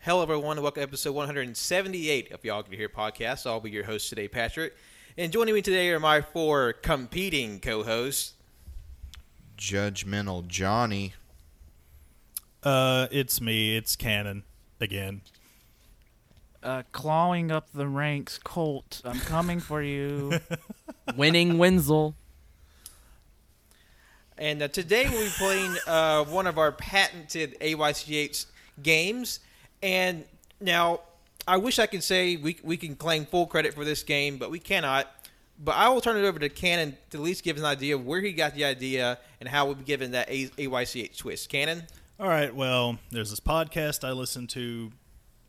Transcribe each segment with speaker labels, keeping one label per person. Speaker 1: Hello, everyone. Welcome to episode 178 of Y'all Get to Hear podcast. I'll be your host today, Patrick. And joining me today are my four competing co hosts.
Speaker 2: Judgmental Johnny.
Speaker 3: Uh, it's me. It's Cannon again.
Speaker 4: uh, clawing up the ranks, Colt. I'm coming for you.
Speaker 5: Winning Wenzel.
Speaker 1: And uh, today we'll be playing uh, one of our patented AYCH games. And now, I wish I could say we, we can claim full credit for this game, but we cannot. But I will turn it over to Cannon to at least give us an idea of where he got the idea and how we'll be given that A- AYCH twist. Cannon?
Speaker 3: All right. Well, there's this podcast I listen to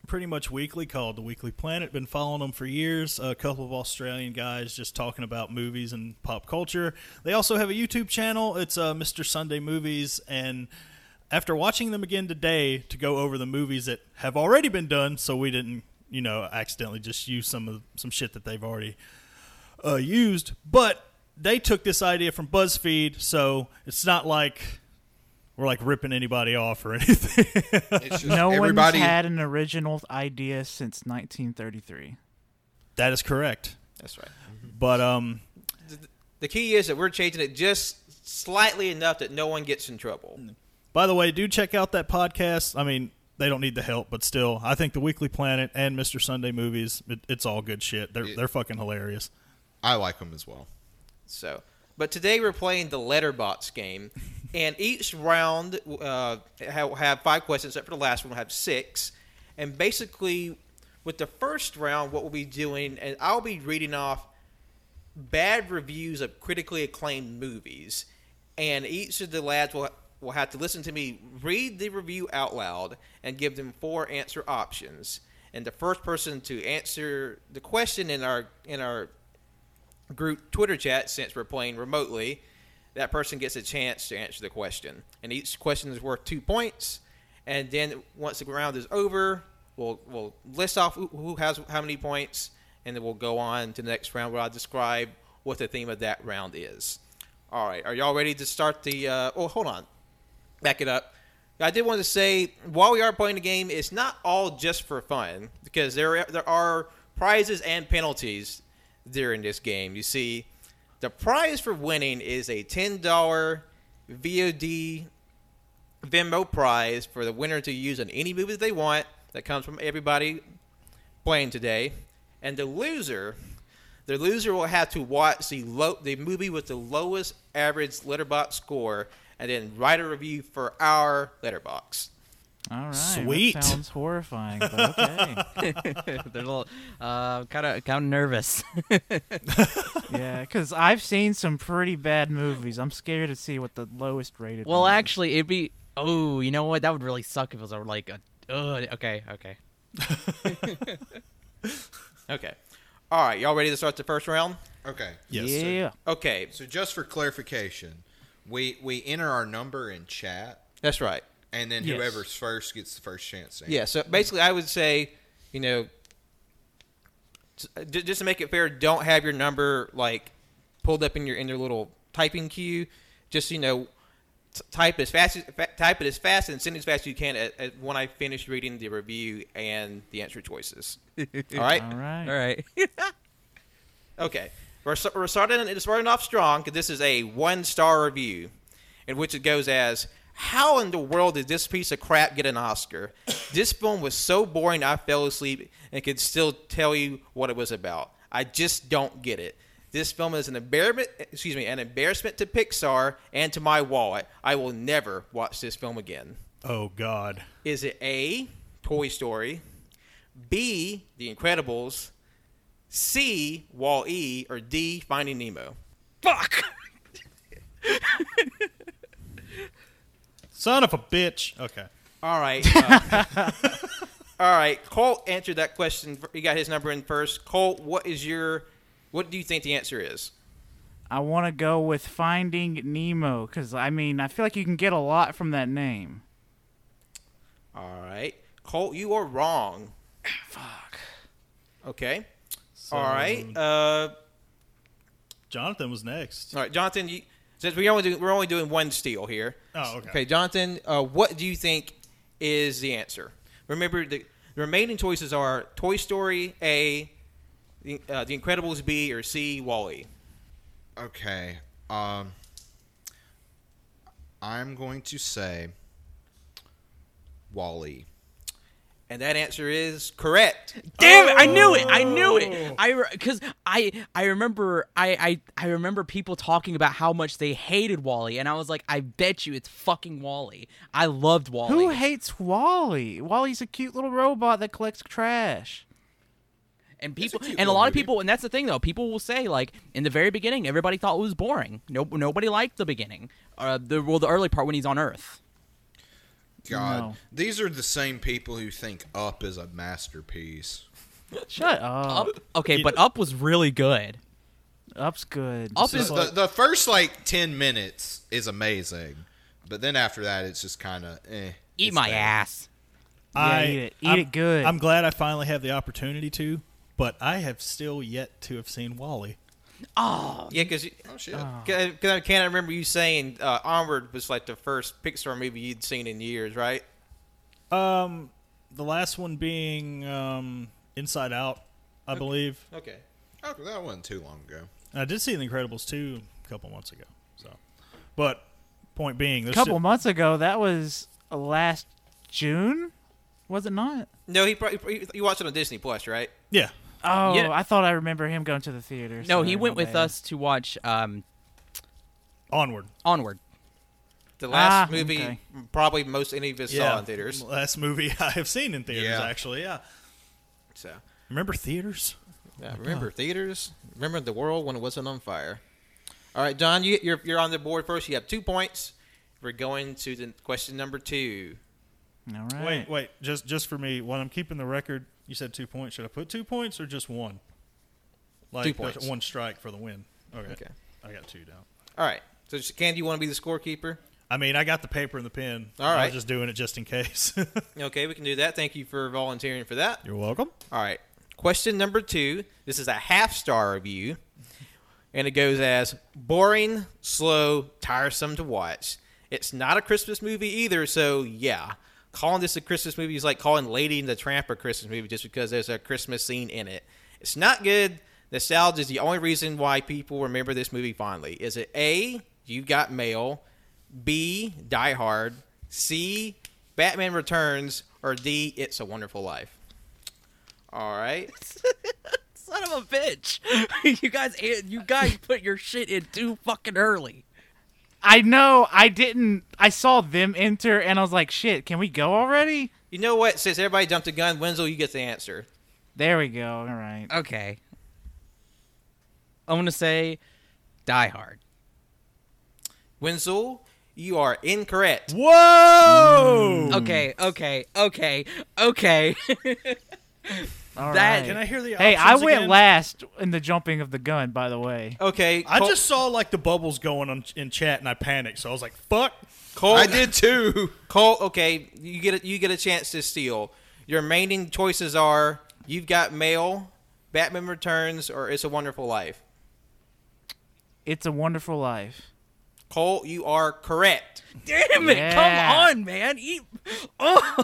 Speaker 3: pretty much weekly called The Weekly Planet. Been following them for years. A couple of Australian guys just talking about movies and pop culture. They also have a YouTube channel. It's uh, Mr. Sunday Movies. And after watching them again today to go over the movies that have already been done, so we didn't, you know, accidentally just use some of some shit that they've already uh, used. But they took this idea from BuzzFeed, so it's not like we're like ripping anybody off or anything.
Speaker 2: It's just
Speaker 4: No
Speaker 2: everybody.
Speaker 4: one's had an original idea since 1933.
Speaker 3: that is correct.
Speaker 1: That's right.
Speaker 3: But um,
Speaker 1: The key is that we're changing it just slightly enough that no one gets in trouble.
Speaker 3: by the way, do check out that podcast. I mean, they don't need the help, but still, I think the Weekly Planet and Mr. Sunday Movies, it, it's all good shit. They're they're fucking hilarious.
Speaker 2: I like them as well.
Speaker 1: So, but today we're playing the letterbox game, and each round uh, ha- will have five questions. Except for the last one, will have six. And basically, with the first round, what we'll be doing, and I'll be reading off bad reviews of critically acclaimed movies, and each of the lads will will have to listen to me read the review out loud and give them four answer options. And the first person to answer the question in our in our group Twitter chat, since we're playing remotely, that person gets a chance to answer the question. And each question is worth two points. And then once the round is over, we'll, we'll list off who- who has how many points, and then we'll go on to the next round where I'll describe what the theme of that round is. All right, are y'all ready to start the. Uh, oh, hold on. Back it up. I did want to say while we are playing the game, it's not all just for fun because there there are prizes and penalties during this game. You see, the prize for winning is a ten dollar VOD Venmo prize for the winner to use in any movie that they want that comes from everybody playing today. And the loser, the loser will have to watch the low, the movie with the lowest average letterbox score and then write a review for our letterbox.
Speaker 4: All right. that
Speaker 3: Sweet.
Speaker 4: sounds horrifying, but okay.
Speaker 5: They're a little, uh, kind of, kind of nervous.
Speaker 4: yeah, because I've seen some pretty bad movies. I'm scared to see what the lowest rated.
Speaker 5: well,
Speaker 4: one is.
Speaker 5: actually, it'd be. Oh, you know what? That would really suck if it was a, like a. Uh, okay, okay.
Speaker 1: Okay. All right, y'all ready to start the first round?
Speaker 2: Okay.
Speaker 3: Yes, sir.
Speaker 4: yeah.
Speaker 1: Okay,
Speaker 2: So just for clarification, we we enter our number in chat,
Speaker 1: that's right.
Speaker 2: and then
Speaker 4: Yes.
Speaker 2: whoever's first gets the first chance. to answer.
Speaker 1: Yeah, so basically, I would say, you know, j- just to make it fair, don't have your number like pulled up in your in your little typing queue. Just you know, t- type as fast as fa- type it as fast and send it as fast as you can. At, at when I finish reading the review and the answer choices. All right.
Speaker 4: All right.
Speaker 5: All right.
Speaker 1: Okay. We're, st- we're starting it's starting off strong 'cause this is a one star review, in which it goes as How in the world did this piece of crap get an Oscar? This film was so boring I fell asleep and could still tell you what it was about. I just don't get it. This film is an embarrassment excuse me, an embarrassment to Pixar and to my wallet. I will never watch this film again.
Speaker 3: Oh God.
Speaker 1: Is it A, Toy Story, B, The Incredibles, C, Wall E, or D, Finding Nemo?
Speaker 5: Fuck.
Speaker 3: Son of a bitch. Okay.
Speaker 1: All right. uh, all right. Colt answered that question. He got his number in first. Colt, what is your, what do you think the answer is?
Speaker 4: I want to go with Finding Nemo because I mean I feel like you can get a lot from that name.
Speaker 1: All right. Colt, you are wrong. Fuck. Um, Okay. all right. Uh,
Speaker 3: Jonathan was next.
Speaker 1: all right, Jonathan. You, since we only do, we're only doing one steal here.
Speaker 3: Oh, okay.
Speaker 1: Okay, Jonathan, uh, what do you think is the answer? Remember, the The remaining choices are Toy Story A, The, uh, the Incredibles B, or C, Wally.
Speaker 2: Okay. Um, I'm going to say Wally.
Speaker 1: And that answer is correct.
Speaker 5: Damn it! I knew it! I knew it! I because I I remember I, I I remember people talking about how much they hated Wally, and I was like, I bet you it's fucking Wally. I loved Wally.
Speaker 4: Who hates Wally? Wally's a cute little robot that collects trash.
Speaker 5: and people
Speaker 2: cute
Speaker 5: and a
Speaker 2: little
Speaker 5: lot of
Speaker 2: movie.
Speaker 5: people and that's the thing though people will say like in the very beginning everybody thought it was boring no nobody liked the beginning uh, the well the early part when he's on earth
Speaker 2: God,
Speaker 4: No.
Speaker 2: these are the same people who think Up is a masterpiece.
Speaker 4: Shut up.
Speaker 5: up okay
Speaker 3: You
Speaker 5: but up was really good
Speaker 4: Up's good.
Speaker 5: up
Speaker 2: The,
Speaker 5: is
Speaker 2: the, the first like ten minutes is amazing, but then after that, it's just kind of eh.
Speaker 5: eat
Speaker 2: it's
Speaker 5: my
Speaker 2: there.
Speaker 5: ass
Speaker 3: I
Speaker 4: eat it. Eat
Speaker 3: I'm-
Speaker 4: it good.
Speaker 3: I'm glad I finally have the opportunity to, but I have still yet to have seen Wally.
Speaker 5: oh
Speaker 1: Yeah, because
Speaker 2: Oh shit!
Speaker 4: Ah.
Speaker 1: I can't remember you saying uh, Onward was like the first Pixar movie you'd seen in years, right?
Speaker 3: Um, the last one being um, Inside Out, I believe.
Speaker 1: Okay.
Speaker 2: Oh, that wasn't too long ago.
Speaker 3: And I did see The Incredibles two a couple months ago. So, but point being,
Speaker 4: a
Speaker 3: there's
Speaker 4: couple
Speaker 3: still-
Speaker 4: months ago, that was uh, last June, was it not?
Speaker 1: No, he probably you watched it on Disney Plus, right?
Speaker 3: yeah,
Speaker 4: Oh,
Speaker 5: Yeah.
Speaker 4: I thought I remember him going to the theater.
Speaker 5: no
Speaker 4: Sorry,
Speaker 5: he
Speaker 4: my
Speaker 5: went with
Speaker 4: bad.
Speaker 5: us to watch um
Speaker 3: onward.
Speaker 5: onward
Speaker 1: The last
Speaker 4: Ah,
Speaker 1: movie
Speaker 4: okay.
Speaker 1: probably most any of us saw in theaters.
Speaker 3: Last movie I have seen in theaters,
Speaker 2: Yeah.
Speaker 3: actually. Yeah.
Speaker 1: So
Speaker 3: Remember theaters?
Speaker 1: yeah, remember theaters. Remember the world when it wasn't on fire. All right, Don, you, you're you're on the board first. You have two points. We're going to the question number two.
Speaker 4: All right.
Speaker 3: Wait, wait. Just just for me, when I'm keeping the record, you said two points. Should I put two points or just one? Like
Speaker 1: Two
Speaker 3: there's
Speaker 1: points.
Speaker 3: one strike for the win. Okay.
Speaker 1: Okay.
Speaker 3: I got two down.
Speaker 1: All right. So, Candy, you want to be the scorekeeper?
Speaker 3: I mean, I got the paper and the pen.
Speaker 1: All
Speaker 3: I
Speaker 1: right.
Speaker 3: was just doing it just in case.
Speaker 1: Okay, we can do that. Thank you for volunteering for that.
Speaker 3: You're welcome.
Speaker 1: All right. Question number two. This is a half star review, and it goes as boring, slow, tiresome to watch. It's not a Christmas movie either, so yeah. Calling this a Christmas movie is like calling Lady and the Tramp a Christmas movie just because there's a Christmas scene in it. It's not good. Nostalgia is the only reason why people remember this movie fondly. Is it A, You Got Mail, B, Die Hard, C, Batman Returns, or D, It's a Wonderful Life? All right.
Speaker 5: son of a bitch you guys eh, you guys put your shit in too fucking early
Speaker 4: I know. I didn't. I saw them enter, and I was like, "Shit, can we go already?"
Speaker 1: You know what? Since everybody jumped the gun, Wenzel, you get the answer.
Speaker 4: There we go. All right.
Speaker 5: okay i'm gonna say die hard
Speaker 1: Wenzel, you are incorrect.
Speaker 3: Whoa!
Speaker 5: Okay, okay, okay, okay.
Speaker 4: All
Speaker 5: That-
Speaker 4: right.
Speaker 3: Can I hear the
Speaker 4: Hey, I
Speaker 3: options
Speaker 4: went
Speaker 3: again?
Speaker 4: last in the jumping of the gun. By the way,
Speaker 1: Okay.
Speaker 3: I
Speaker 1: Col-
Speaker 3: just saw like the bubbles going on in chat and I panicked. So I was like, "Fuck." Oh,
Speaker 1: Cole,
Speaker 2: I did too.
Speaker 1: Cole, okay, you get a, you get a chance to steal. Your remaining choices are you've got mail, Batman Returns, or It's a Wonderful Life.
Speaker 4: it's a wonderful life.
Speaker 1: Cole, you are correct.
Speaker 5: Damn it!
Speaker 4: Yeah.
Speaker 5: Come on, man. E Eat. Oh.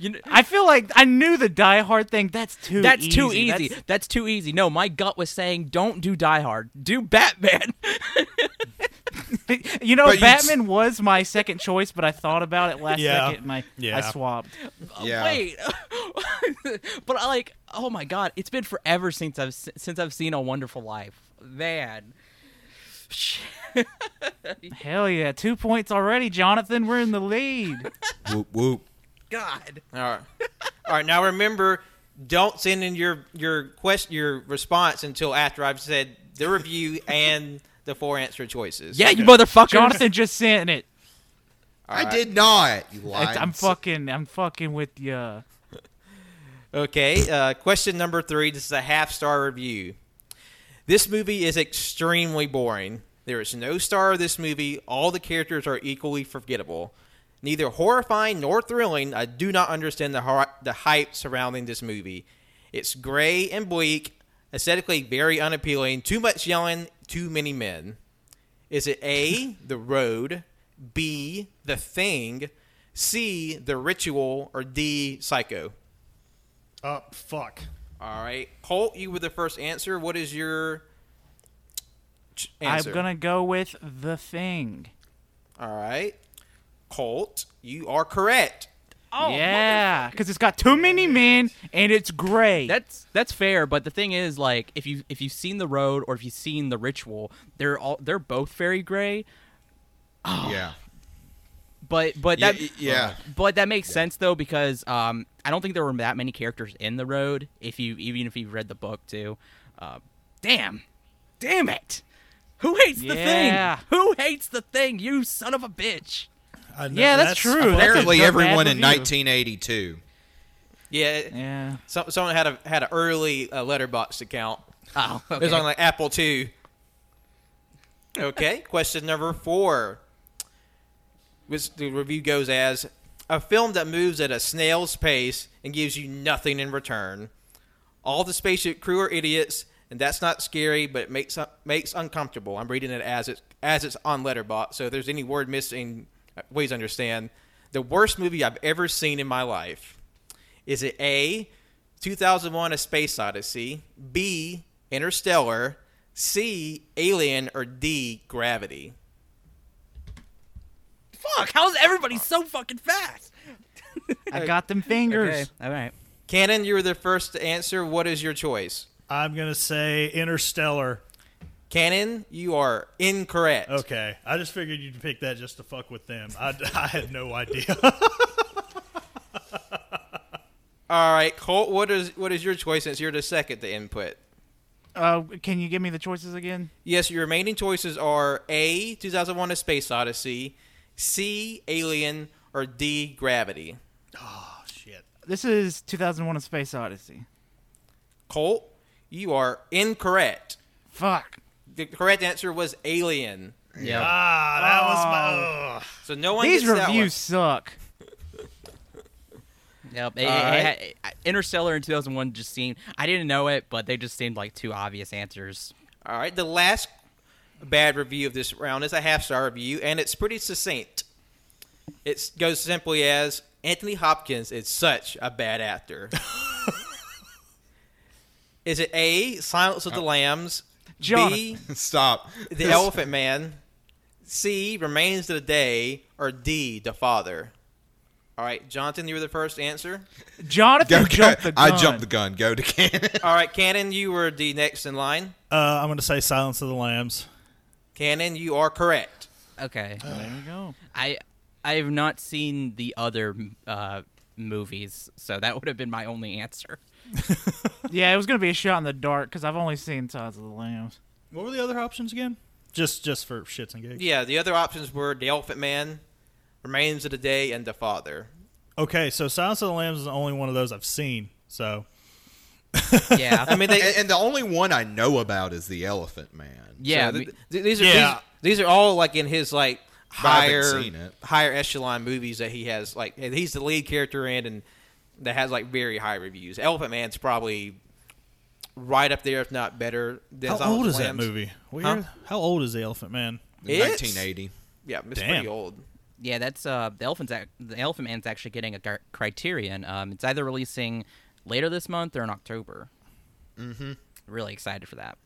Speaker 5: you know,
Speaker 4: I feel like I knew the Die Hard thing. That's too.
Speaker 5: that's
Speaker 4: easy.
Speaker 5: too easy.
Speaker 4: That's-
Speaker 5: That's... too easy. No, my gut was saying don't do Die Hard. Do Batman.
Speaker 4: you know,
Speaker 2: But you'd s-
Speaker 4: Batman was my second choice, but I thought about it last
Speaker 3: Yeah.
Speaker 4: second and I, I
Speaker 3: Yeah.
Speaker 4: swapped.
Speaker 2: Yeah.
Speaker 5: Wait. but I like. Oh my God! It's been forever since I've s- since I've seen A Wonderful Life. Man. Shit.
Speaker 4: Hell yeah. Two points already, Jonathan. We're in the lead.
Speaker 2: whoop whoop.
Speaker 5: God.
Speaker 1: All right. All right. Now remember, don't send in your your quest your response until after I've said the review and the four answer choices.
Speaker 5: Yeah, you motherfucker.
Speaker 4: Jonathan just sent it.
Speaker 2: I did not. You lied.
Speaker 4: It's- I'm fucking I'm fucking with you.
Speaker 1: Okay, uh, question number three. This is a half star review. This movie is extremely boring. There is no star of this movie. All the characters are equally forgettable. Neither horrifying nor thrilling, I do not understand the, har- the hype surrounding this movie. It's gray and bleak, aesthetically very unappealing, too much yelling, too many men. Is it A, The Road, B, The Thing, C. The Ritual, or D. Psycho.
Speaker 3: Oh, fuck.
Speaker 1: All right, Holt, you were the first answer. What is your ch- answer?
Speaker 4: I'm gonna go with the thing.
Speaker 1: All right, Colt, you are correct.
Speaker 5: Oh,
Speaker 4: yeah, because it's got too many men and it's gray.
Speaker 5: That's that's fair, but the thing is, like, if you if you've seen the road or if you've seen the ritual, they're all they're both very gray.
Speaker 2: yeah.
Speaker 5: But but
Speaker 2: Yeah,
Speaker 5: that
Speaker 2: y- yeah.
Speaker 5: but that makes sense though because um I don't think there were that many characters in the road if you even if you read the book too. Uh, damn, damn it! Who hates
Speaker 4: Yeah.
Speaker 5: the thing? Who hates the thing? You son of a bitch!
Speaker 3: I know,
Speaker 4: Yeah, that's true. That's a
Speaker 2: Apparently,
Speaker 4: good
Speaker 2: everyone
Speaker 4: bad
Speaker 2: in
Speaker 4: review.
Speaker 2: 1982.
Speaker 1: Yeah,
Speaker 4: yeah.
Speaker 1: Some, someone had a had an early uh, letterbox account.
Speaker 5: Oh,
Speaker 1: It was
Speaker 5: okay.
Speaker 1: on like Apple II. Okay, question number four. Which the review goes as a film that moves at a snail's pace and gives you nothing in return. All the spaceship crew are idiots, and that's not scary, but it makes makes uncomfortable. I'm reading it as it as it's on Letterbox. So if there's any word missing, uh, please understand. The worst movie I've ever seen in my life. Is it A, 2001 A Space Odyssey, B, Interstellar, C, Alien, or D, Gravity?
Speaker 5: Fuck! How's everybody so fucking fast?
Speaker 4: I got them fingers.
Speaker 5: Okay, all right.
Speaker 1: Cannon, you were the first to answer. What is your choice?
Speaker 3: I'm gonna say Interstellar.
Speaker 1: Cannon, you are incorrect.
Speaker 3: Okay, I just figured you'd pick that just to fuck with them. I, I had no idea.
Speaker 1: All right, Colt, what is what is your choice since you're the second to input?
Speaker 4: Uh, can you give me the choices again?
Speaker 1: Yes, your remaining choices are A, 2001 A Space Odyssey, C, Alien, or D, Gravity.
Speaker 3: oh shit.
Speaker 4: This is 2001: A Space Odyssey.
Speaker 1: Colt, you are incorrect.
Speaker 4: Fuck.
Speaker 1: The correct answer was Alien.
Speaker 5: Yeah.
Speaker 3: Ah, that
Speaker 4: Um,
Speaker 3: was my. ugh.
Speaker 1: So no one
Speaker 4: These
Speaker 1: gets that one.
Speaker 4: reviews suck.
Speaker 5: Yep. It- it-
Speaker 1: Alright.
Speaker 5: it had- Interstellar in 2001 just seemed, I didn't know it, but they just seemed like two obvious answers.
Speaker 1: All right, the last bad review of this round is a half star review, and it's pretty succinct. It goes simply as Anthony Hopkins is such a bad actor. is it A, Silence
Speaker 4: Oh.
Speaker 1: of the Lambs? B,
Speaker 4: Jonathan.
Speaker 2: Stop.
Speaker 1: The Elephant Man? C, Remains of the Day? Or D, The Father? All right, Jonathan, you were the first answer.
Speaker 4: Jonathan
Speaker 2: Go-
Speaker 4: jumped the gun.
Speaker 2: I jumped the gun. Go to Cannon.
Speaker 1: All right, Cannon, you were the next in line.
Speaker 3: Uh, I'm gonna say Silence of the Lambs.
Speaker 1: Cannon, you are correct.
Speaker 5: Okay.
Speaker 4: There you go.
Speaker 5: I I have not seen the other uh, movies, so that would have been my only answer.
Speaker 4: Yeah, it was gonna be a shot in the dark because I've only seen Signs of the Lambs.
Speaker 3: What were the other options again? Just just for shits and gigs.
Speaker 1: Yeah, the other options were The Elephant Man, Remains of the Day, and The Father.
Speaker 3: Okay, so Silence of the Lambs is the only one of those I've seen. So
Speaker 5: Yeah.
Speaker 1: I mean, they.
Speaker 2: And, and the only one I know about is the Elephant Man.
Speaker 5: yeah.
Speaker 1: so th-
Speaker 5: me-
Speaker 1: th- these are
Speaker 3: Yeah.
Speaker 1: these, these are all like in his like
Speaker 2: I haven't
Speaker 1: higher
Speaker 2: seen it.
Speaker 1: higher echelon movies that he has like and he's the lead character in and that has like very high reviews. Elephant Man's probably right up there, if not better. Than
Speaker 3: how
Speaker 1: Silence
Speaker 3: old
Speaker 1: of
Speaker 3: is
Speaker 1: the
Speaker 3: that
Speaker 1: Lambs.
Speaker 3: movie? Where,
Speaker 1: Huh?
Speaker 3: How old is the Elephant Man?
Speaker 1: It's-
Speaker 2: 1980.
Speaker 1: Yeah, it's
Speaker 3: Damn.
Speaker 1: pretty old.
Speaker 5: yeah, that's uh, the elephant's ac the elephant man's actually getting a gar- criterion. Um, it's either releasing later this month or in October. Mm-hmm. Really excited for that.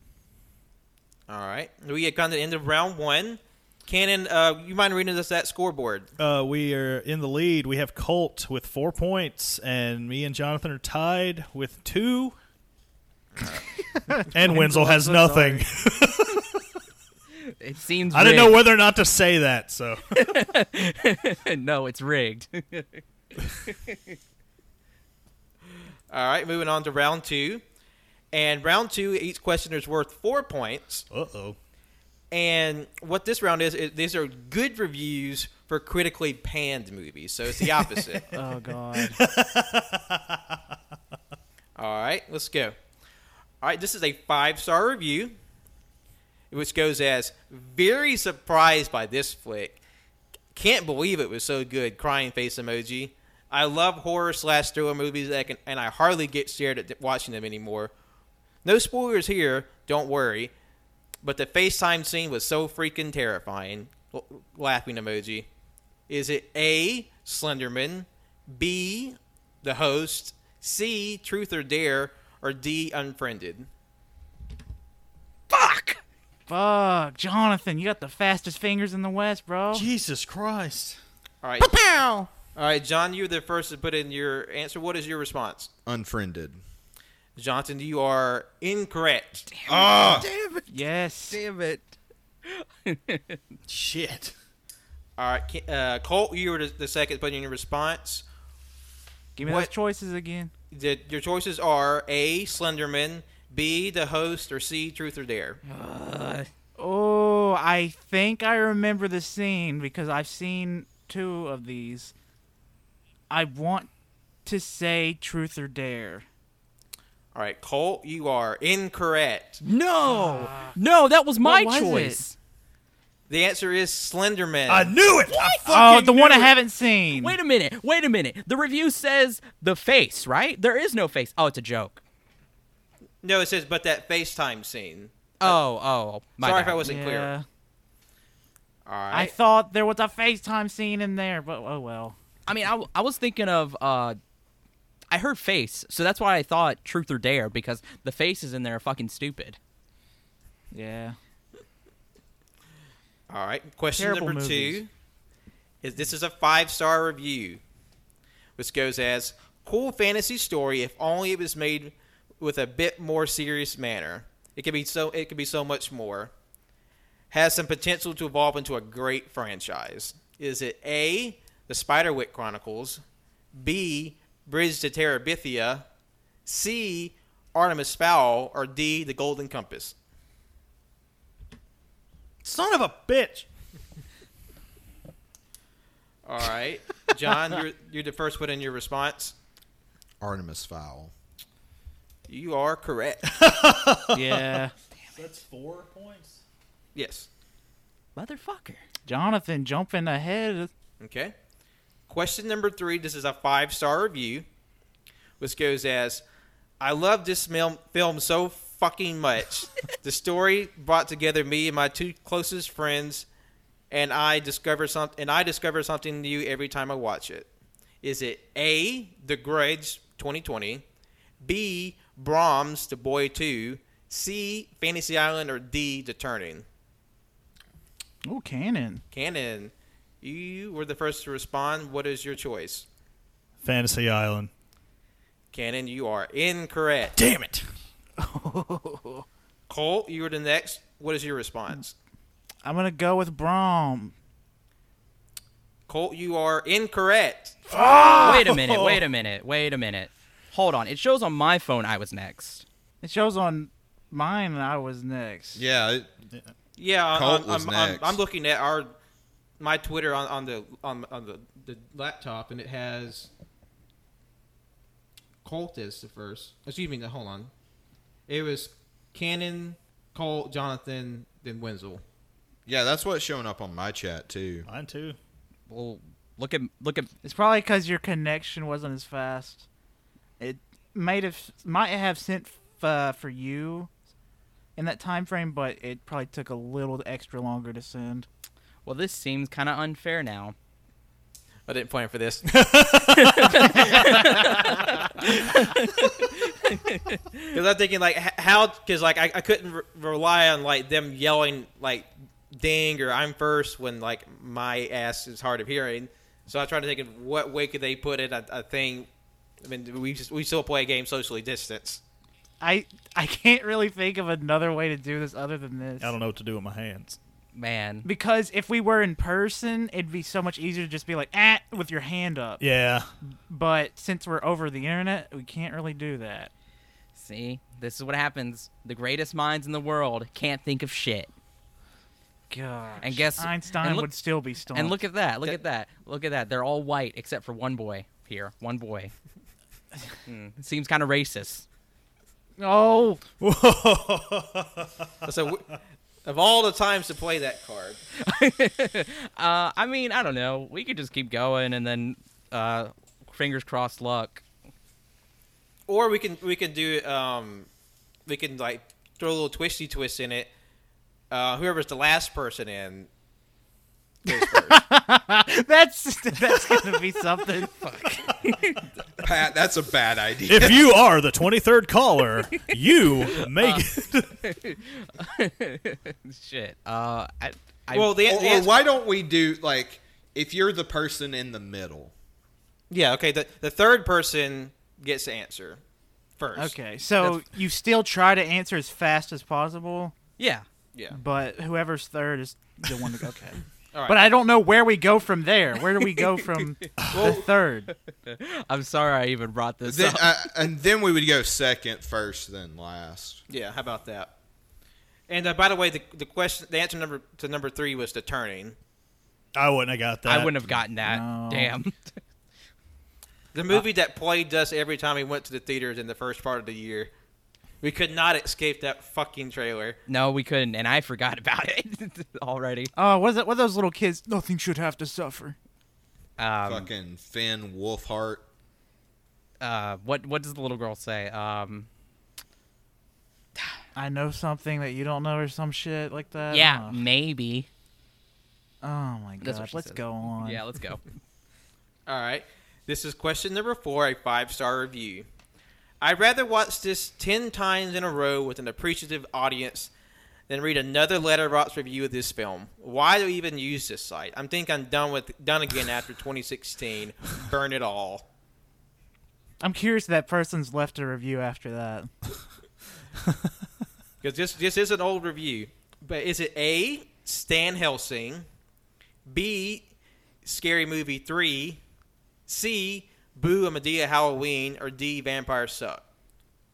Speaker 1: All right, we had come to the end of round one. Cannon, uh, you mind reading us that scoreboard?
Speaker 3: Uh, we are in the lead. We have Colt with four points, and me and Jonathan are tied with two. and Wenzel has nothing.
Speaker 5: It seems.
Speaker 3: I didn't know
Speaker 5: rigged.
Speaker 3: whether or not to say that. So
Speaker 5: no, it's rigged.
Speaker 1: All right, moving on to round two. And round two, each question is worth four points.
Speaker 3: uh oh.
Speaker 1: And what this round is, is these are good reviews for critically panned movies. So it's the opposite.
Speaker 4: Oh god.
Speaker 1: All right, let's go. All right, this is a five star review, which goes as very surprised by this flick. Can't believe it was so good. Crying face emoji. I love horror slash thriller movies, that can, and I hardly get scared at watching them anymore. No spoilers here, don't worry. But the FaceTime scene was so freaking terrifying. L- laughing emoji. Is it A, Slenderman, B, the host, C, Truth or Dare, or D, Unfriended?
Speaker 5: Fuck.
Speaker 4: Fuck, Jonathan, you got the fastest fingers in the West, bro.
Speaker 3: Jesus Christ.
Speaker 1: All right. All right, John, you're the first to put in your answer. What is your response?
Speaker 2: Unfriended.
Speaker 1: Johnson, you are incorrect.
Speaker 2: Ah,
Speaker 5: Damn it.
Speaker 4: Yes.
Speaker 5: Damn it.
Speaker 3: Shit.
Speaker 1: All right, Ke- uh, Colt, you were the- the second to put in your response.
Speaker 4: Give me
Speaker 1: What-
Speaker 4: those choices again.
Speaker 1: The, your choices are A, Slenderman, B, the host, or C, Truth or Dare.
Speaker 4: Oh, I think I remember the scene because I've seen two of these. I want to say truth or dare.
Speaker 1: All right, Colt, you are incorrect.
Speaker 5: No. No, that was my
Speaker 4: What was
Speaker 5: choice.
Speaker 1: The answer is Slenderman.
Speaker 3: I knew it. I
Speaker 4: Oh,
Speaker 3: fucking
Speaker 4: the one
Speaker 3: knew
Speaker 4: I
Speaker 3: it.
Speaker 4: haven't seen.
Speaker 5: Wait a minute. Wait a minute. The review says the face, right? There is no face. Oh, it's a joke.
Speaker 1: no, it says, but that FaceTime scene.
Speaker 5: Oh, oh. My
Speaker 1: Sorry
Speaker 5: bad.
Speaker 1: if I wasn't clear.
Speaker 4: Yeah.
Speaker 1: All right.
Speaker 4: I thought there was a FaceTime scene in there, but oh well.
Speaker 5: I mean, I, w- I was thinking of uh, I heard face, so that's why I thought truth or dare because the faces in there are fucking stupid.
Speaker 4: Yeah.
Speaker 1: All right. Question
Speaker 4: Terrible
Speaker 1: number
Speaker 4: movies.
Speaker 1: two is this is a five star review, which goes as cool fantasy story if only it was made with a bit more serious manner. It could be so it could be so much more. Has some potential to evolve into a great franchise. Is it A, the Spiderwick Chronicles, B, Bridge to Terabithia, C, Artemis Fowl, or D, the Golden Compass?
Speaker 3: Son of a bitch.
Speaker 1: All right. John, you're, you're the first put in your response.
Speaker 2: Artemis Fowl.
Speaker 1: You are correct.
Speaker 4: Yeah.
Speaker 3: That's four points.
Speaker 1: yes.
Speaker 5: Motherfucker.
Speaker 4: Jonathan jumping ahead.
Speaker 1: Okay. Question number three. This is a five star review, which goes as I love this mil- film so fucking much. the story brought together me and my two closest friends, and I discover something. And I discover something new every time I watch it. Is it A. The Grudge 2020, B. Brahms The Boy 2, C. Fantasy Island, or D. The Turning?
Speaker 4: Oh, cannon.
Speaker 1: Cannon, you were the first to respond. What is your choice?
Speaker 3: Fantasy Island.
Speaker 1: Cannon, you are incorrect.
Speaker 3: Damn it.
Speaker 1: Cole, you were the next. What is your response?
Speaker 4: I'm gonna go with Brom.
Speaker 1: Colt, you are incorrect.
Speaker 5: Wait a minute. Wait a minute. Wait a minute. Hold on. It shows on my phone I was next.
Speaker 4: It shows on mine, and I was next.
Speaker 2: Yeah, it,
Speaker 1: Yeah, I-
Speaker 2: Colt
Speaker 1: I'm,
Speaker 2: was
Speaker 1: I'm, I'm-
Speaker 2: next.
Speaker 1: I'm, looking at our my Twitter on, on the on, on the, the laptop, and it has Colt as the first. Excuse me. no, Hold on. It was Cannon, Colt, Jonathan, then Wenzel.
Speaker 2: yeah, that's what's showing up on my chat too.
Speaker 3: Mine too.
Speaker 5: Well, look at look at
Speaker 4: It's probably because your connection wasn't as fast. It might have might have sent f- uh, for you in that time frame, but it probably took a little extra longer to send.
Speaker 5: Well, this seems kind of unfair now.
Speaker 1: I didn't plan for this. Because I'm thinking like h- how because like I, I couldn't re- rely on like them yelling like ding or I'm first when like my ass is hard of hearing. So I tried to think of what way could they put in a, a thing. I mean, we just we still play a game socially distanced.
Speaker 4: I I can't really think of another way to do this other than this.
Speaker 3: I don't know what to do with my hands.
Speaker 5: Man.
Speaker 4: Because if we were in person, it'd be so much easier to just be like, "ah," with your hand up.
Speaker 3: Yeah.
Speaker 4: But since we're over the internet, we can't really do that.
Speaker 5: See, this is what happens. The greatest minds in the world can't think of shit.
Speaker 4: Gosh.
Speaker 5: And guess-
Speaker 4: Einstein
Speaker 5: and look-
Speaker 4: would still be stumped.
Speaker 5: And look at that. Look at that. Look at that. They're all white except for one boy here. One boy. Hmm. Seems kind of racist.
Speaker 4: oh,
Speaker 1: So w- of all the times to play that card,
Speaker 5: Uh, I mean, I don't know. We could just keep going and then uh, fingers crossed luck.
Speaker 1: or we can we can do um we can like throw a little twisty twist in it. Uh, whoever's the last person in goes first.
Speaker 4: That's that's gonna be something.
Speaker 2: Pat, that's a bad idea.
Speaker 3: If you are the 23rd caller, you make
Speaker 5: Shit. Uh, I, I,
Speaker 1: well, the,
Speaker 2: or,
Speaker 1: the
Speaker 2: or
Speaker 1: answer-
Speaker 2: why don't we do like if you're the person in the middle?
Speaker 1: yeah, okay. The, the third person gets the answer first.
Speaker 4: Okay, so you still try to answer as fast as possible,
Speaker 5: yeah.
Speaker 1: Yeah.
Speaker 4: but whoever's third is the one. That, okay,
Speaker 1: All right.
Speaker 4: but I don't know where we go from there. Where do we go from the third?
Speaker 5: I'm sorry I even brought this
Speaker 2: Then,
Speaker 5: up.
Speaker 2: uh, and then we would go second, first, then last.
Speaker 1: Yeah, how about that? And uh, by the way, the, the question, the answer number to number three was the turning.
Speaker 3: I wouldn't have got that.
Speaker 5: I wouldn't have gotten that.
Speaker 4: No.
Speaker 5: Damn.
Speaker 1: The movie that plagued us every time we went to the theaters in the first part of the year. We could not escape that fucking trailer.
Speaker 5: No, we couldn't, and I forgot about it already.
Speaker 4: Oh, what is it? What are those little kids? Nothing should have to suffer.
Speaker 5: Um,
Speaker 2: Fucking Finn Wolfhart.
Speaker 5: uh, what what does the little girl say? Um,
Speaker 4: I know something that you don't know, or some shit like that.
Speaker 5: yeah,
Speaker 4: Oh,
Speaker 5: maybe.
Speaker 4: oh my
Speaker 5: That's what
Speaker 4: god,
Speaker 5: she
Speaker 4: let's
Speaker 5: says.
Speaker 4: go on.
Speaker 5: Yeah, let's go.
Speaker 1: All right. This is question number four, a five star review. I'd rather watch this 10 times in a row with an appreciative audience than read another letterbox review of this film. Why do we even use this site? I'm think I'm done with done again after 2016. Burn it all.
Speaker 4: I'm curious if that person's left a review after that.
Speaker 1: Because this this is an old review. But is it A. Stan Helsing, B. Scary Movie Three, C. Boo a Medea Halloween, or D. Vampire Suck?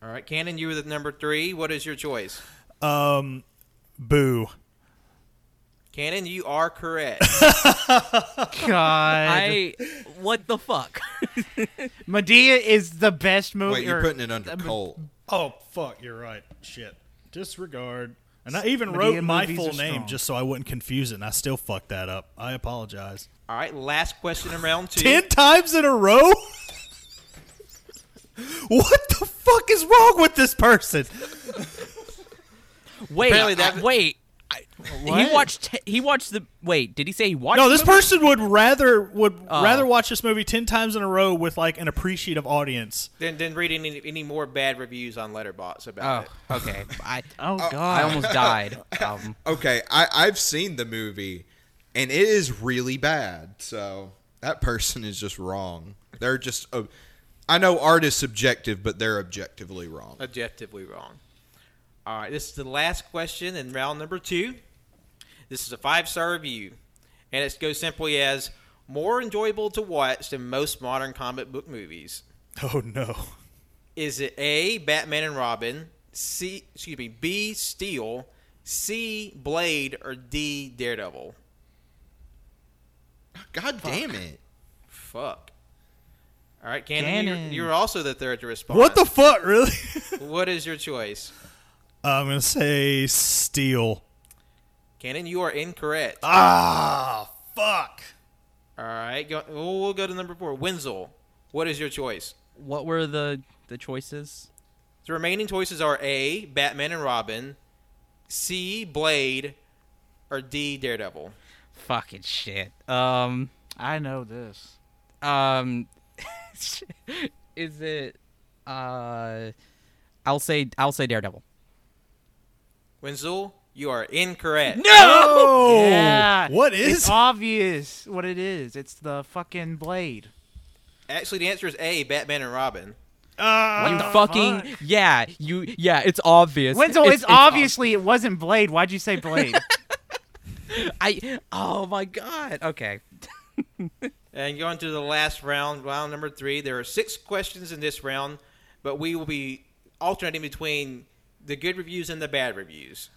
Speaker 1: All right, Cannon, you were the number three. What is your choice?
Speaker 3: Um, Boo.
Speaker 1: Cannon, you are correct.
Speaker 4: God,
Speaker 5: I what the fuck?
Speaker 4: Medea is the best movie.
Speaker 2: Wait, you're
Speaker 4: or-
Speaker 2: putting it under Colt.
Speaker 3: Oh fuck, you're right. Shit. Disregard. And I even
Speaker 4: Medea
Speaker 3: wrote my
Speaker 4: movies
Speaker 3: full
Speaker 4: are
Speaker 3: name
Speaker 4: strong.
Speaker 3: just so I wouldn't confuse it, and I still fucked that up. I apologize.
Speaker 1: All right, last question in round two.
Speaker 3: Ten times in a row? what the fuck is wrong with this person?
Speaker 5: Wait,
Speaker 1: Apparently
Speaker 5: I-
Speaker 1: that-
Speaker 5: wait. I,
Speaker 4: What?
Speaker 5: he watched. t- He watched the. Wait, did he say he watched?
Speaker 3: No, this
Speaker 5: the movie?
Speaker 3: person would rather would
Speaker 4: Uh.
Speaker 3: rather watch this movie ten times in a row with like an appreciative audience.
Speaker 1: Then, then read any, any more bad reviews on Letterbox about
Speaker 5: Oh,
Speaker 1: it.
Speaker 5: okay. I
Speaker 4: Oh god,
Speaker 5: I almost died. Uh, Um,
Speaker 2: Okay, I, I've seen the movie, and it is really bad. So that person is just wrong. They're just. Uh, I know art is subjective, but they're objectively wrong.
Speaker 1: objectively wrong. All right, this is the last question in round number two. This is a five star review, and it goes simply as more enjoyable to watch than most modern comic book movies.
Speaker 3: Oh no.
Speaker 1: Is it A, Batman and Robin, C, excuse me, B, Steel, C, Blade, or D, Daredevil?
Speaker 2: God damn it!
Speaker 1: Fuck. All right, Cannon, you're-
Speaker 4: Cannon.
Speaker 1: you're, also the third to respond.
Speaker 3: What the fuck, really?
Speaker 1: What is your choice?
Speaker 3: I'm gonna say steel.
Speaker 1: Cannon, you are incorrect.
Speaker 3: Ah fuck.
Speaker 1: All right, go, we'll we'll go to number four. Wenzel, what is your choice?
Speaker 5: what were the the choices?
Speaker 1: The remaining choices are A, Batman and Robin, C, Blade, or D, Daredevil.
Speaker 5: Fucking shit. Um.
Speaker 4: I know this.
Speaker 5: Um. is it? Uh. I'll say. I'll say Daredevil.
Speaker 1: Wenzel, you are incorrect.
Speaker 4: Oh.
Speaker 3: No.
Speaker 4: Yeah,
Speaker 3: Oh, What is?
Speaker 4: It's obvious what it is. It's the fucking blade.
Speaker 1: Actually, the answer is A, Batman and Robin.
Speaker 3: Ah.
Speaker 5: you fucking yeah. You yeah. It's obvious.
Speaker 4: Wenzel, it's,
Speaker 5: ob-
Speaker 4: obviously it wasn't blade. Why'd you say blade?
Speaker 5: I. Oh my god. Okay.
Speaker 1: And going to the last round, round number three. There are six questions in this round, but we will be alternating between the good reviews and the bad reviews.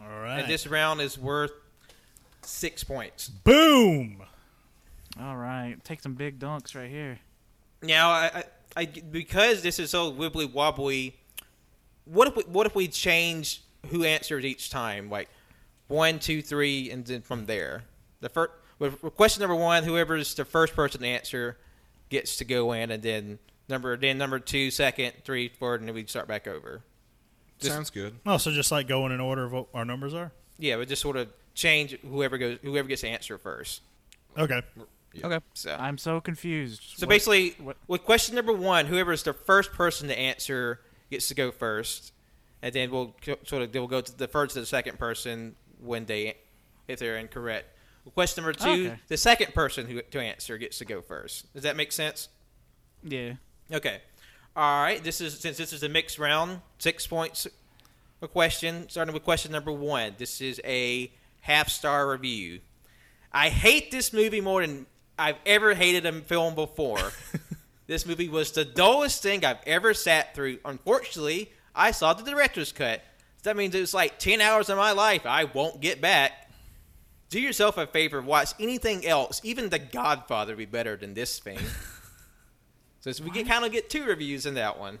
Speaker 3: All right.
Speaker 1: And this round is worth six points.
Speaker 3: Boom.
Speaker 4: All right, take some big dunks right here.
Speaker 1: Now, I, I, I because this is so wibbly wobbly. What if we, what if we change who answers each time? Like one, two, three, and then from there. The first question number one, whoever's the first person to answer gets to go in, and then number then number two, second, three, four, and then we start back over.
Speaker 2: Sounds good.
Speaker 3: Oh, so just like going in order of what our numbers are.
Speaker 1: Yeah, but just sort of change whoever goes whoever gets the answer first.
Speaker 3: Okay.
Speaker 5: Okay.
Speaker 1: So
Speaker 4: I'm so confused.
Speaker 1: so
Speaker 4: What-
Speaker 1: basically,
Speaker 4: what-
Speaker 1: with question number one, whoever is the first person to answer gets to go first, and then we'll co- sort of they'll go to the first to the second person when they if they're incorrect. With question number two,
Speaker 4: Okay.
Speaker 1: the second person who to answer gets to go first. Does that make sense?
Speaker 4: yeah.
Speaker 1: Okay. All right. This is since this is a mixed round, six points a question. Starting with question number one. This is a half star review. I hate this movie more than I've ever hated a film before. this movie was the dullest thing I've ever sat through. Unfortunately, I saw the director's cut. That means it was like ten hours of my life I won't get back. Do yourself a favor, watch anything else. Even The Godfather would be better than this thing. so it's- we can kind of get two reviews in that one.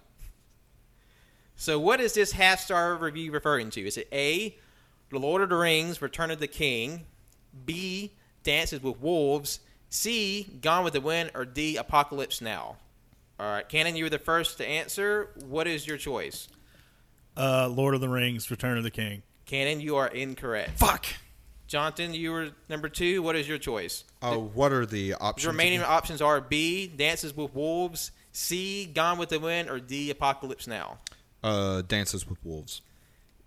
Speaker 1: So what is this half star review referring to? Is it A, The Lord of the Rings, Return of the King, B, Dances with Wolves, C, Gone with the Wind, or D, Apocalypse Now? All right, Cannon, you were the first to answer. What is your choice?
Speaker 3: Uh, Lord of the Rings, Return of the King.
Speaker 1: Cannon, you are incorrect.
Speaker 2: Fuck.
Speaker 1: Jonathan, you were number two. What is your choice?
Speaker 2: Uh, what are the options?
Speaker 1: The remaining
Speaker 2: again?
Speaker 1: options are B, Dances with Wolves, C, Gone with the Wind, or D, Apocalypse Now.
Speaker 2: Uh, Dances with Wolves.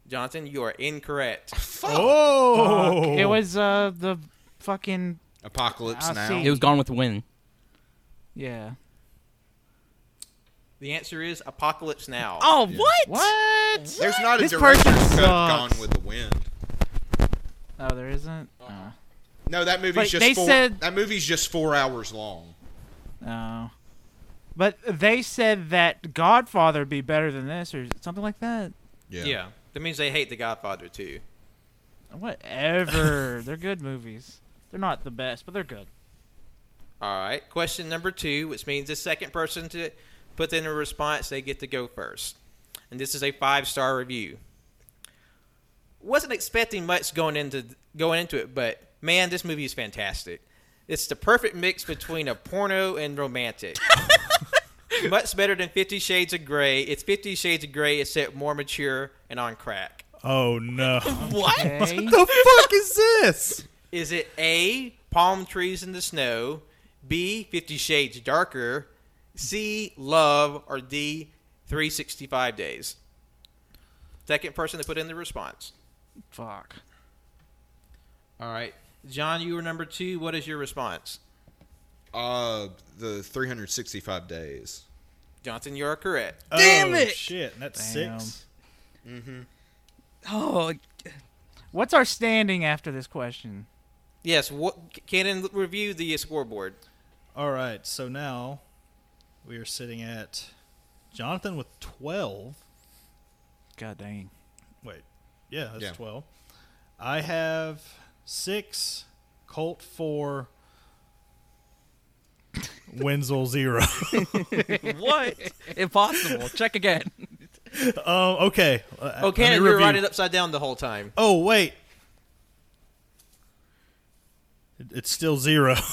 Speaker 1: Jonathan, you are incorrect.
Speaker 3: Oh,
Speaker 4: Fuck. It was uh the fucking
Speaker 2: Apocalypse
Speaker 4: I
Speaker 2: Now.
Speaker 4: see.
Speaker 5: It was Gone with the Wind.
Speaker 4: yeah.
Speaker 1: The answer is Apocalypse Now.
Speaker 5: Oh, what?
Speaker 4: What?
Speaker 2: There's not a
Speaker 4: This
Speaker 2: director's
Speaker 4: person
Speaker 2: cut
Speaker 4: sucks.
Speaker 2: Gone with the Wind.
Speaker 4: Oh, there isn't.
Speaker 2: No, that movie's
Speaker 4: Like,
Speaker 2: just
Speaker 4: they
Speaker 2: four,
Speaker 4: said-
Speaker 2: that movie's just four hours long.
Speaker 4: Oh. But they said that Godfather would be better than this or something like that.
Speaker 1: Yeah. That means they hate The Godfather too.
Speaker 4: Whatever. they're good movies. They're not the best, but they're good.
Speaker 1: All right. Question number two, which means the second person to put in a response, they get to go first. And this is a five star review. Wasn't expecting much going into going into it, but man, this movie is fantastic. It's the perfect mix between a porno and romantic. much better than Fifty Shades of Grey. It's Fifty Shades of Grey except more mature and on crack.
Speaker 3: oh no.
Speaker 5: What?
Speaker 4: Okay.
Speaker 2: The fuck is this?
Speaker 1: Is it A, palm trees in the snow, B, 50 shades darker, C, love, or D, 365 days? Second person to put in the response.
Speaker 4: Fuck.
Speaker 1: All right. John, you were number two. What is your response?
Speaker 2: Uh, the 365 days.
Speaker 1: Johnson, you are correct.
Speaker 5: Damn
Speaker 3: Oh,
Speaker 5: it.
Speaker 3: Shit, and that's
Speaker 4: Damn.
Speaker 3: six.
Speaker 5: Oh,
Speaker 4: What's our standing after this question?
Speaker 1: Yes. What can review the scoreboard?
Speaker 3: All right, so now we are sitting at Jonathan with twelve.
Speaker 4: God dang.
Speaker 3: Wait, yeah, that's
Speaker 2: Yeah.
Speaker 3: twelve. I have six, Colt four, Wenzel zero.
Speaker 5: what? Impossible. Check again.
Speaker 3: um, okay. uh,
Speaker 1: Oh,
Speaker 3: let
Speaker 1: Cannon,
Speaker 3: me
Speaker 1: you were
Speaker 3: review.
Speaker 1: writing it upside down the whole time.
Speaker 3: Oh wait, It- it's still zero.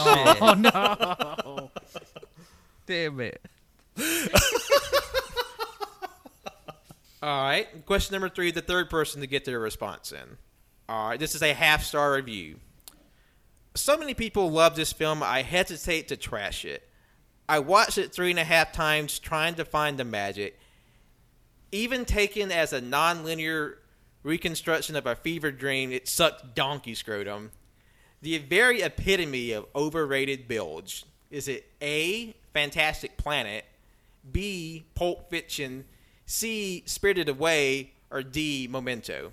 Speaker 4: Oh no.
Speaker 5: Damn it.
Speaker 1: All right. Question number three, the third person to get their response in. All right. This is a half star review. So many people love this film, I hesitate to trash it. I watched it three and a half times trying to find the magic. Even taken as a nonlinear reconstruction of a fever dream, it sucked donkey scrotum. The very epitome of overrated bilge. Is it A, Fantastic Planet, B, Pulp Fiction, C, Spirited Away, or D, Memento?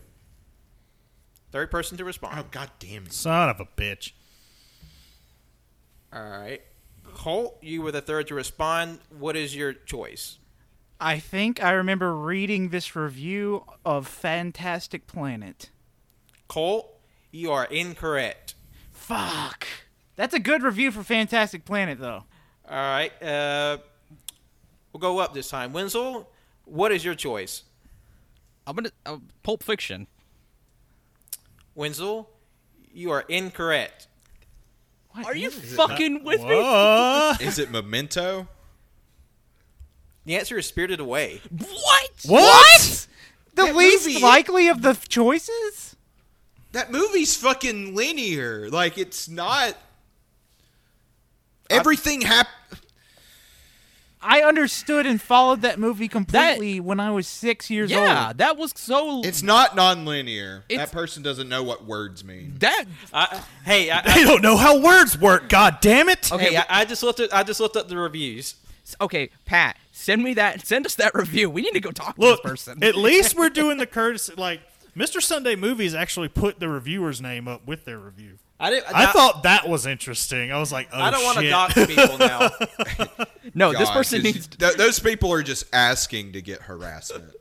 Speaker 1: Third person to respond.
Speaker 2: Oh god damn it!
Speaker 3: Son of a bitch.
Speaker 1: All right. Colt, you were the third to respond. What is your choice?
Speaker 4: I think I remember reading this review of Fantastic Planet.
Speaker 1: Colt, you are incorrect.
Speaker 4: Fuck. That's a good review for Fantastic Planet though.
Speaker 1: All right. Uh, we'll go up this time. Wenzel, what is your choice?
Speaker 5: I'm gonna uh, Pulp Fiction.
Speaker 1: Wenzel, you are incorrect.
Speaker 4: What
Speaker 5: Are you
Speaker 4: is-
Speaker 5: fucking with me?
Speaker 3: What?
Speaker 2: Is it Memento?
Speaker 1: The answer is Spirited Away.
Speaker 5: What?
Speaker 4: What? The
Speaker 2: That
Speaker 4: least
Speaker 2: movie-
Speaker 4: likely of the f- choices?
Speaker 2: That movie's fucking linear. Like it's not. Everything hap
Speaker 4: I understood and followed that movie completely when I was six years
Speaker 5: yeah,
Speaker 4: old.
Speaker 5: that was so.
Speaker 2: It's not nonlinear.
Speaker 5: It's-
Speaker 2: that person doesn't know what words mean.
Speaker 5: that
Speaker 1: I, hey, I,
Speaker 3: They
Speaker 1: I,
Speaker 3: don't know how words work. God damn it!
Speaker 5: Okay.
Speaker 1: hey, I, I just looked. At, I just looked up the reviews.
Speaker 5: okay, Pat. Send me that. Send us that review. We need to go talk
Speaker 3: Look,
Speaker 5: to this person.
Speaker 3: at least we're doing the courtesy. Like Mr. Sunday Movies actually put the reviewer's name up with their review.
Speaker 1: I didn't.
Speaker 3: I
Speaker 1: I-
Speaker 3: thought that was interesting. I was like, oh,
Speaker 1: I don't want to
Speaker 3: shit.
Speaker 1: dox people now.
Speaker 5: no, Oh, this
Speaker 2: God,
Speaker 5: person
Speaker 2: 'cause
Speaker 5: needs.
Speaker 2: th- those people are just asking to get harassment.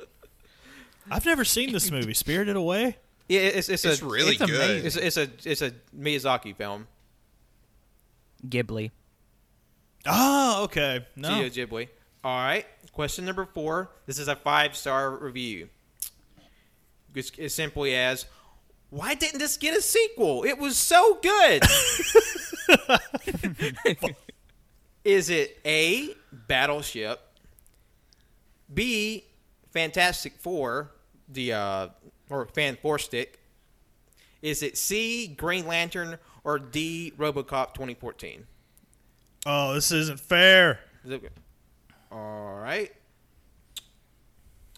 Speaker 3: I've never seen this movie, Spirited Away.
Speaker 1: Yeah, it's it's,
Speaker 2: It's
Speaker 1: a,
Speaker 2: really
Speaker 5: it's
Speaker 2: good.
Speaker 5: amazing.
Speaker 1: It's, it's a it's a Miyazaki film.
Speaker 5: Ghibli.
Speaker 3: Oh, okay. No,
Speaker 1: Studio Ghibli. All right. Question number four. This is a five star review. It's as simply as, why didn't this get a sequel? It was so good. is it A, Battleship, B, Fantastic Four, the uh, or Fan Four Stick? Is it C, Green Lantern, or D, Robocop 2014?
Speaker 3: oh, this isn't fair.
Speaker 1: Is it- All right.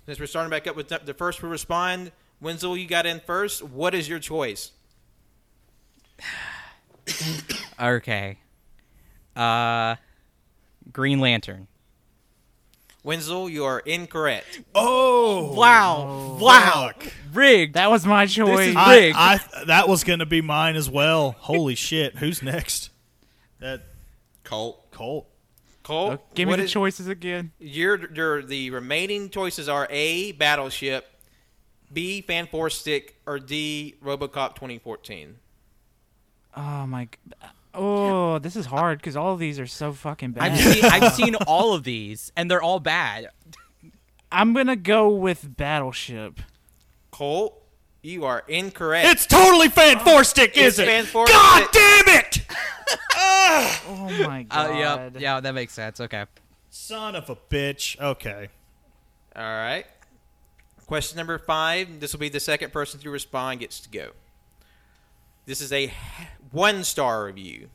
Speaker 1: Since we're starting back up with the the first to respond, Wenzel, you got in first. What is your choice?
Speaker 5: Okay. Uh, Green Lantern.
Speaker 1: Wenzel, you are incorrect.
Speaker 3: Oh,
Speaker 5: Wow!
Speaker 3: wow.
Speaker 5: Rigged.
Speaker 4: That was my choice.
Speaker 5: is-
Speaker 3: I,
Speaker 5: Rigged.
Speaker 3: I that was gonna be mine as well. Holy shit! Who's next? That
Speaker 2: Cult.
Speaker 3: Colt.
Speaker 1: Cole,
Speaker 4: Oh, give me
Speaker 1: what
Speaker 4: the
Speaker 1: is-
Speaker 4: choices again.
Speaker 1: Your, your the remaining choices are A. Battleship, B. Fan Four Stick, or D. RoboCop 2014.
Speaker 4: Oh my. g- Oh, this is hard because all of these are so fucking bad.
Speaker 5: I've seen, I've seen all of these, and they're all bad.
Speaker 4: I'm gonna go with Battleship.
Speaker 1: Cole, you are incorrect.
Speaker 3: It's totally fan four stick,
Speaker 1: It's
Speaker 3: is it?
Speaker 1: fan four
Speaker 3: God
Speaker 1: stick.
Speaker 3: damn it!
Speaker 4: Oh my god.
Speaker 5: Uh, yeah, yeah, that makes sense. Okay.
Speaker 3: Son of a bitch. Okay.
Speaker 1: All right. Question number five. This will be the second person to respond gets to go. This is a one star review.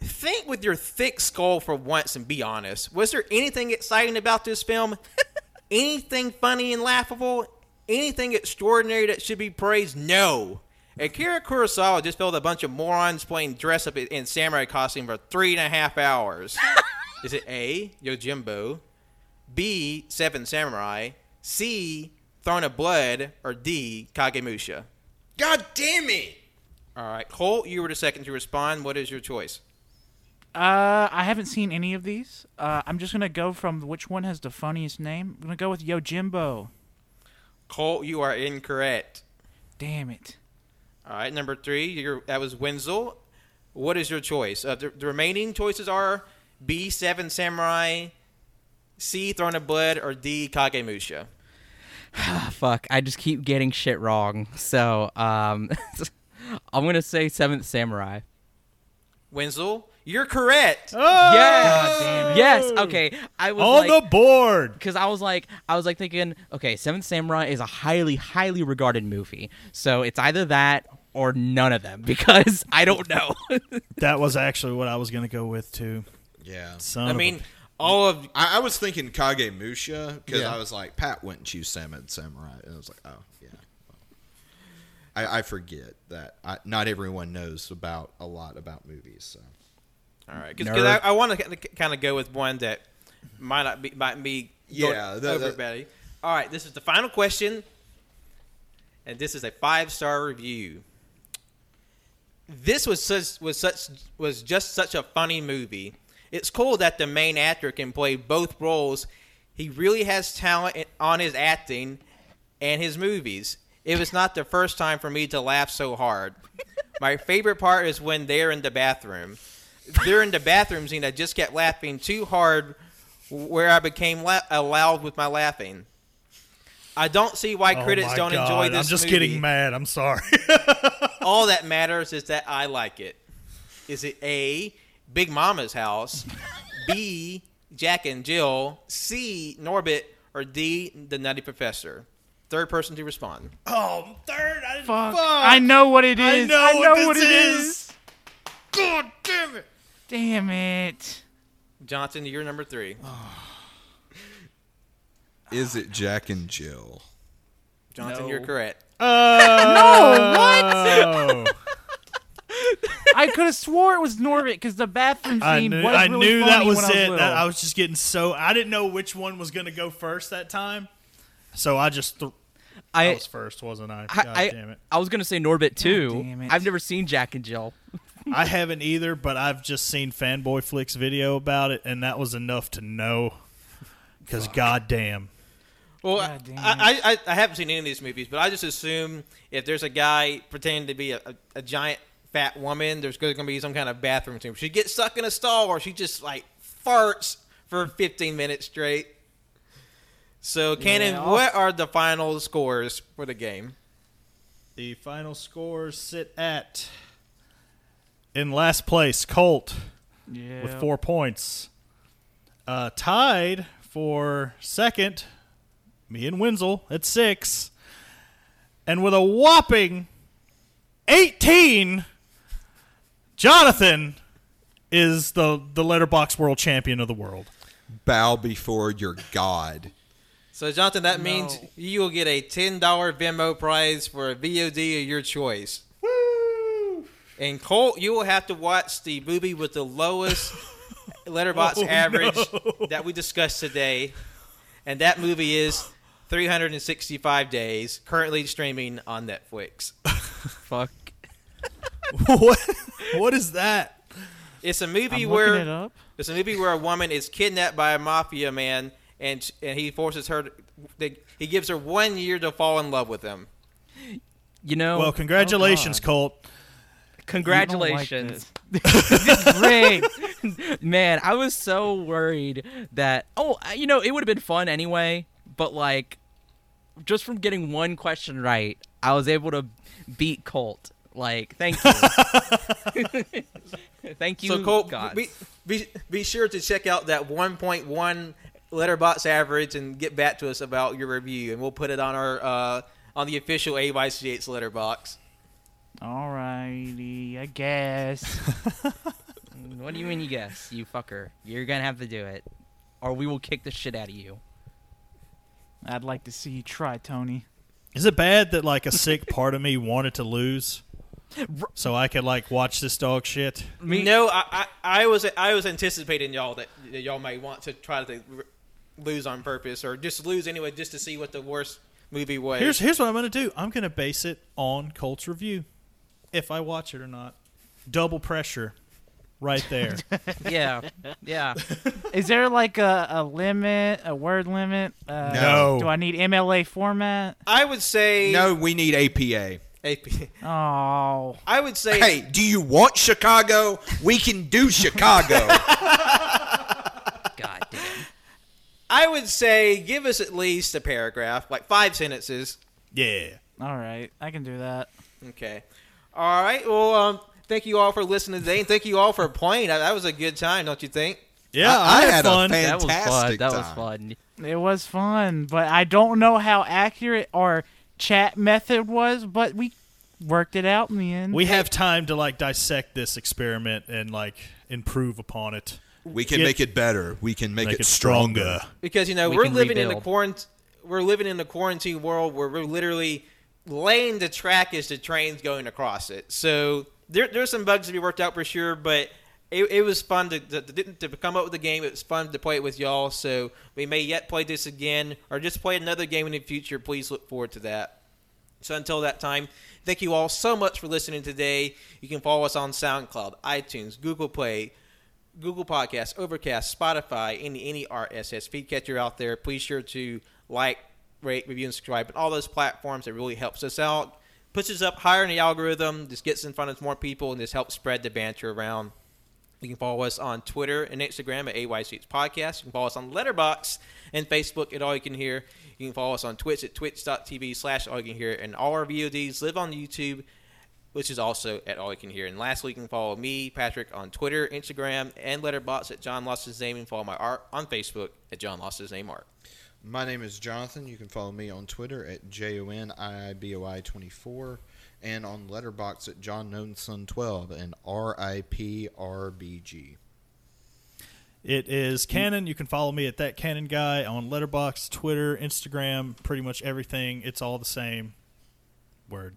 Speaker 1: Think with your thick skull for once and be honest. Was there anything exciting about this film? anything funny and laughable? Anything extraordinary that should be praised? No. Akira Kurosawa just filled a bunch of morons playing dress up in samurai costume for three and a half hours. is it A, Yojimbo, B. Seven Samurai. C. Throne of Blood. Or D. Kagemusha.
Speaker 2: God damn it!
Speaker 1: All right, Cole, you were the second to respond. What is your choice?
Speaker 4: Uh, I haven't seen any of these. Uh, I'm just gonna go from which one has the funniest name. I'm gonna go with Yojimbo.
Speaker 1: Cole, you are incorrect.
Speaker 4: Damn it.
Speaker 1: All right, number three, your, that was Wenzel. What is your choice? Uh, the, the remaining choices are B. Seven Samurai, C. Throne of Blood, or D. Kagemusha.
Speaker 5: Ah, fuck. I just keep getting shit wrong. So, um, I'm gonna say Seventh Samurai.
Speaker 1: Wenzel, you're correct.
Speaker 5: Oh. yes. Yes. Okay. I was
Speaker 3: On
Speaker 5: like,
Speaker 3: the board.
Speaker 5: because I was like, I was like thinking, okay, Seventh Samurai is a highly, highly regarded movie, so it's either that or none of them because I don't know.
Speaker 3: That was actually what I was gonna go with too.
Speaker 2: Yeah.
Speaker 3: Son
Speaker 1: I
Speaker 3: of a-
Speaker 1: mean, all of
Speaker 2: I, I was thinking Kagemusha because
Speaker 1: Yeah.
Speaker 2: I was like, Pat wouldn't choose Salmon Samurai. And I was like, oh, yeah. I, I forget that I, not everyone knows about a lot about movies. So.
Speaker 1: all right, because I,
Speaker 5: Nerd.
Speaker 1: I want to kind of go with one that might not be might be going
Speaker 2: Yeah, the-
Speaker 1: over
Speaker 2: the-
Speaker 1: Betty. All right, this is the final question, and this is a five star review. This was such was such was just such a funny movie. It's cool that the main actor can play both roles. He really has talent in- on his acting and his movies. It was not the first time for me to laugh so hard. My favorite part is when they're in the bathroom. They're in the bathroom scene. I just kept laughing too hard, where I became la- loud with my laughing. I don't see why
Speaker 3: Oh
Speaker 1: critics
Speaker 3: my
Speaker 1: don't
Speaker 3: God,
Speaker 1: enjoy this.
Speaker 3: I'm just
Speaker 1: movie.
Speaker 3: getting mad. I'm sorry.
Speaker 1: All that matters is that I like it. Is it A, Big Mama's House, B, Jack and Jill, C, Norbit, or D, The Nutty Professor? Third person to respond.
Speaker 3: Oh, third. I,
Speaker 4: Fuck. I know what it
Speaker 3: I
Speaker 4: is.
Speaker 3: know
Speaker 4: I know
Speaker 3: what
Speaker 4: what
Speaker 3: this
Speaker 4: it
Speaker 3: is.
Speaker 4: is.
Speaker 3: God damn it.
Speaker 4: Damn it.
Speaker 1: Johnson, you're number three.
Speaker 2: Is it Jack and Jill?
Speaker 1: Johnson, you're correct.
Speaker 3: Oh. what?
Speaker 4: I could have swore it was Norbit because the bathroom
Speaker 3: I
Speaker 4: scene
Speaker 3: knew,
Speaker 4: was
Speaker 3: I
Speaker 4: really
Speaker 3: knew
Speaker 4: funny
Speaker 3: that was
Speaker 4: when I was
Speaker 3: it.
Speaker 4: little.
Speaker 3: That- I was just getting so. I didn't know which one was going to go first that time. So I just. Th- I,
Speaker 5: I,
Speaker 3: was first, wasn't I?
Speaker 5: I,
Speaker 3: God
Speaker 5: I,
Speaker 3: damn it.
Speaker 5: I was gonna say Norbit too.
Speaker 4: damn it.
Speaker 5: I've never seen Jack and Jill.
Speaker 3: I haven't either, but I've just seen Fanboy Flicks video about it, and that was enough to know. Because goddamn,
Speaker 1: Well, I,
Speaker 4: God damn
Speaker 1: I, I, I haven't seen any of these movies, but I just assume if there's a guy pretending to be a, a, a giant fat woman, there's going to be some kind of bathroom scene. She gets stuck in a stall or she just like farts for 15 minutes straight. So, Cannon,
Speaker 4: Yeah.
Speaker 1: what are the final scores for the game?
Speaker 3: the final scores sit at in last place Colt
Speaker 4: yeah.
Speaker 3: with four points, uh, tied for second. Me and Wenzel at six, and with a whopping eighteen, Jonathan is the the letterbox world champion of the world.
Speaker 2: Bow before your god.
Speaker 1: So, Jonathan, that means
Speaker 4: No.
Speaker 1: you will get a $10 Venmo prize for a VOD of your choice. Woo! And Colt, you will have to watch the movie with the lowest letterbox
Speaker 4: Oh,
Speaker 1: average that we discussed today. And that movie is 365 Days, currently streaming on Netflix.
Speaker 5: Fuck.
Speaker 3: what? What is that?
Speaker 1: It's a movie
Speaker 4: I'm
Speaker 1: where
Speaker 4: looking it up.
Speaker 1: It's a movie where a woman is kidnapped by a mafia man, and sh- and he forces her. To, they, he gives her one year to fall in love with him.
Speaker 5: You know,
Speaker 3: Well, oh congratulations,
Speaker 4: God.
Speaker 3: Colt.
Speaker 5: congratulations,
Speaker 4: You don't like this. This is rigged.
Speaker 5: man. I was so worried that oh, I- you know, it would have been fun anyway. But like, just from getting one question right, I was able to beat Colt. Like, thank you. thank you.
Speaker 1: so Colt,
Speaker 5: gods.
Speaker 1: be, be be sure to check out that 1.1 letterbox average and get back to us about your review, and we'll put it on our uh, on the official AYCH letterbox.
Speaker 4: Alrighty, I guess.
Speaker 5: What do you mean you guess, you fucker? You're gonna have to do it, or we will kick the shit out of you.
Speaker 4: I'd like to see you try, Tony.
Speaker 3: Is it bad that like a sick part of me wanted to lose, so I could like watch this dog shit?
Speaker 1: No, I, I, I was I was anticipating y'all that, that y'all might want to try to r- lose on purpose or just lose anyway, just to see what the worst movie was.
Speaker 3: Here's here's what I'm gonna do. I'm gonna base it on Colt's review, if I watch it or not. Double pressure, right there.
Speaker 5: Yeah, yeah.
Speaker 4: Is there like a, a limit, a word limit? Uh,
Speaker 3: No.
Speaker 4: Do I need MLA format?
Speaker 1: I would say
Speaker 2: No, we need APA.
Speaker 1: AP.
Speaker 4: Oh,
Speaker 1: I would say
Speaker 2: Hey, do you want Chicago? We can do Chicago.
Speaker 5: God damn.
Speaker 1: I would say give us at least a paragraph, like five sentences.
Speaker 3: yeah.
Speaker 4: all right. I can do that.
Speaker 1: Okay. All right. Well, um, thank you all for listening today, and thank you all for playing. That- That was a good time, don't you think?
Speaker 3: Yeah, I, had, fun.
Speaker 2: a
Speaker 5: That was fun.
Speaker 2: fantastic
Speaker 5: That was
Speaker 2: time.
Speaker 5: fun.
Speaker 4: It was fun, but I don't know how accurate our chat method was, but we worked it out in the end.
Speaker 3: we have time to like dissect this experiment and like improve upon it,
Speaker 2: We can
Speaker 3: Get-
Speaker 2: make it better. We can make,
Speaker 3: make,
Speaker 2: it, stronger.
Speaker 1: Because you know
Speaker 5: We
Speaker 1: we are
Speaker 5: can
Speaker 1: living in
Speaker 5: rebuild.
Speaker 1: the quarant- we're living in the quarantine world where we're literally laying the track as the train's going across it. So there, there's some bugs to be worked out for sure, but it, it was fun to, to, to, to come up with the game. It was fun to play it with y'all. So we may yet play this again or just play another game in the future. Please look forward to that. So until that time, thank you all so much for listening today. You can follow us on SoundCloud, iTunes, Google Play, Google Podcasts, Overcast, Spotify, any any RSS feed catcher out there. Please sure to like, rate, review, and subscribe on all those platforms. It really helps us out, puts us up higher in the algorithm, just gets in front of more people, and just helps spread the banter around. You can follow us on Twitter and Instagram at AYCH Podcast. You can follow us on Letterbox and Facebook at All You Can Hear. You can follow us on Twitch at twitch.tv slash All You Can Hear. And all our VODs live on YouTube, which is also at All You Can Hear. And lastly, you can follow me, Patrick, on Twitter, Instagram, and Letterbox at John Lost His Name. And follow my art on Facebook at John Lost His Name Art.
Speaker 2: My name is Jonathan. You can follow me on Twitter at J O N I I B O I 24 and on Letterbox at John Knownson 12 and R I P R B G.
Speaker 3: It is Canon. You can follow me at that Canon guy on Letterbox, Twitter, Instagram, pretty much everything. It's all the same. Word.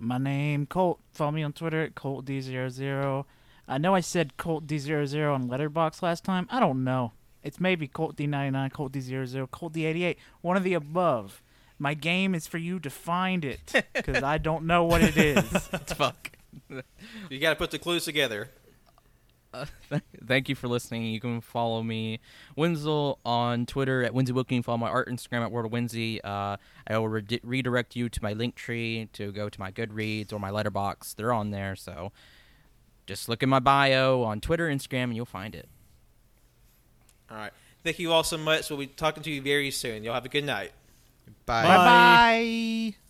Speaker 4: My name Colt. Follow me on Twitter at ColtD00. I know I said ColtD00 on Letterbox last time. I don't know. It's maybe ColtD99, ColtD00, ColtD88, one of the above. My game is for you to find it because I don't know what it is.
Speaker 5: Fuck.
Speaker 1: You got to put the clues together.
Speaker 5: Th- Thank you for listening. You can follow me, Wenzel, on Twitter at Winsy Wilkie. You can Follow my art Instagram at World of Winsy. Uh, I will re- redirect you to my link tree to go to my Goodreads or my Letterbox. They're on there, so just look in my bio on Twitter, Instagram, and you'll find it.
Speaker 1: All right. Thank you all so much. We'll be talking to you very soon. Y'all have a good night.
Speaker 2: Bye.
Speaker 4: Bye.